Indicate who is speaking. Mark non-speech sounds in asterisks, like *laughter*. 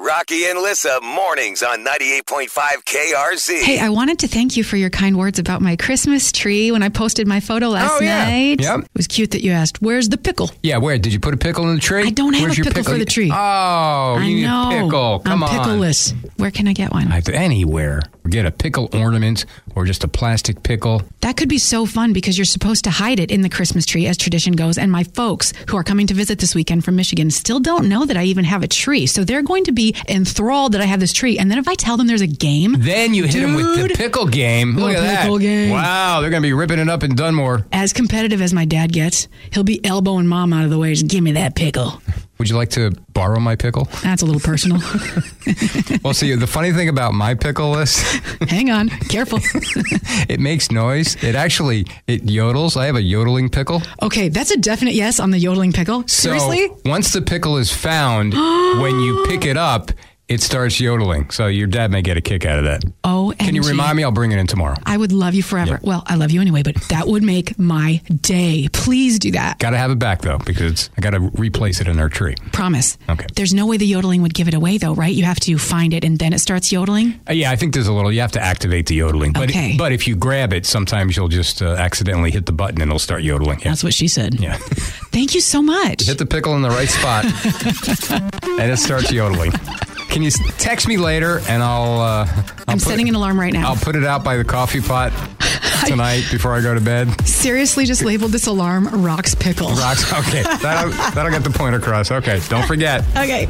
Speaker 1: Rocky and Lissa mornings on 98.5 KRZ.
Speaker 2: Hey, I wanted to thank you for your kind words about my Christmas tree when I posted my photo last
Speaker 3: Oh, yeah.
Speaker 2: night.
Speaker 3: Yep.
Speaker 2: It was cute that you asked, where's the pickle?
Speaker 3: Yeah, where did you put a pickle in the tree?
Speaker 2: I don't have
Speaker 3: Where's
Speaker 2: a
Speaker 3: your
Speaker 2: pickle for the tree.
Speaker 3: Oh,
Speaker 2: I
Speaker 3: you
Speaker 2: know.
Speaker 3: need a pickle. Come
Speaker 2: I'm
Speaker 3: on.
Speaker 2: pickleless. Where can I get one?
Speaker 3: I- Anywhere, get a pickle ornament or just a plastic pickle.
Speaker 2: that could be so fun because you're supposed to hide it in the Christmas tree, as tradition goes. And my folks who are coming to visit this weekend from Michigan still don't know that I even have a tree. So they're going to be enthralled that I have this tree. And then if I tell them there's a game,
Speaker 3: *laughs* Then you hit them with the
Speaker 2: Dude.
Speaker 3: pickle game. Look
Speaker 2: The
Speaker 3: at
Speaker 2: pickle
Speaker 3: that.
Speaker 2: game.
Speaker 3: Wow, they're going to be ripping it up in Dunmore.
Speaker 2: as competitive as my dad gets, he'll be elbowing mom out of the way. Just give me that pickle.
Speaker 3: Would you like to borrow my pickle? *laughs*
Speaker 2: That's a little personal.
Speaker 3: Well, see, the funny thing about my pickle list,
Speaker 2: Hang on. Careful.
Speaker 3: *laughs* it makes noise. It actually it yodels. I have a yodeling pickle.
Speaker 2: Okay, that's a definite yes on the yodeling pickle. Seriously?
Speaker 3: So once the pickle is found, when you pick it up, it starts yodeling. So your dad may get a kick out of that.
Speaker 2: Oh,
Speaker 3: Can you remind me? I'll bring it in tomorrow.
Speaker 2: I would love you forever. Well, I love you anyway, but that would make my day. Please do that.
Speaker 3: Got to have it back though, because I got to replace it in our tree.
Speaker 2: Promise.
Speaker 3: Okay.
Speaker 2: There's no way the yodeling would give it away, though, right? You have to find it and then it starts yodeling.
Speaker 3: Uh, yeah, I think there's a little. You have to activate the yodeling, but
Speaker 2: Okay.
Speaker 3: but if you grab it, sometimes you'll just uh, accidentally hit the button and it'll start yodeling. Yeah.
Speaker 2: That's what she said.
Speaker 3: yeah. *laughs*
Speaker 2: Thank you so much.
Speaker 3: hit the pickle in the
Speaker 2: *laughs*
Speaker 3: right spot, and it starts yodeling. Can you s- text me later, and I'll. Uh, I'll
Speaker 2: I'm
Speaker 3: put-
Speaker 2: setting an alarm right now.
Speaker 3: I'll put it out by the
Speaker 2: *laughs*
Speaker 3: coffee pot tonight before I go to bed.
Speaker 2: Seriously, just labeled this alarm Rocks Pickle.
Speaker 3: Rocks. Okay, that'll, that'll get the point across. Okay, don't forget.
Speaker 2: Okay.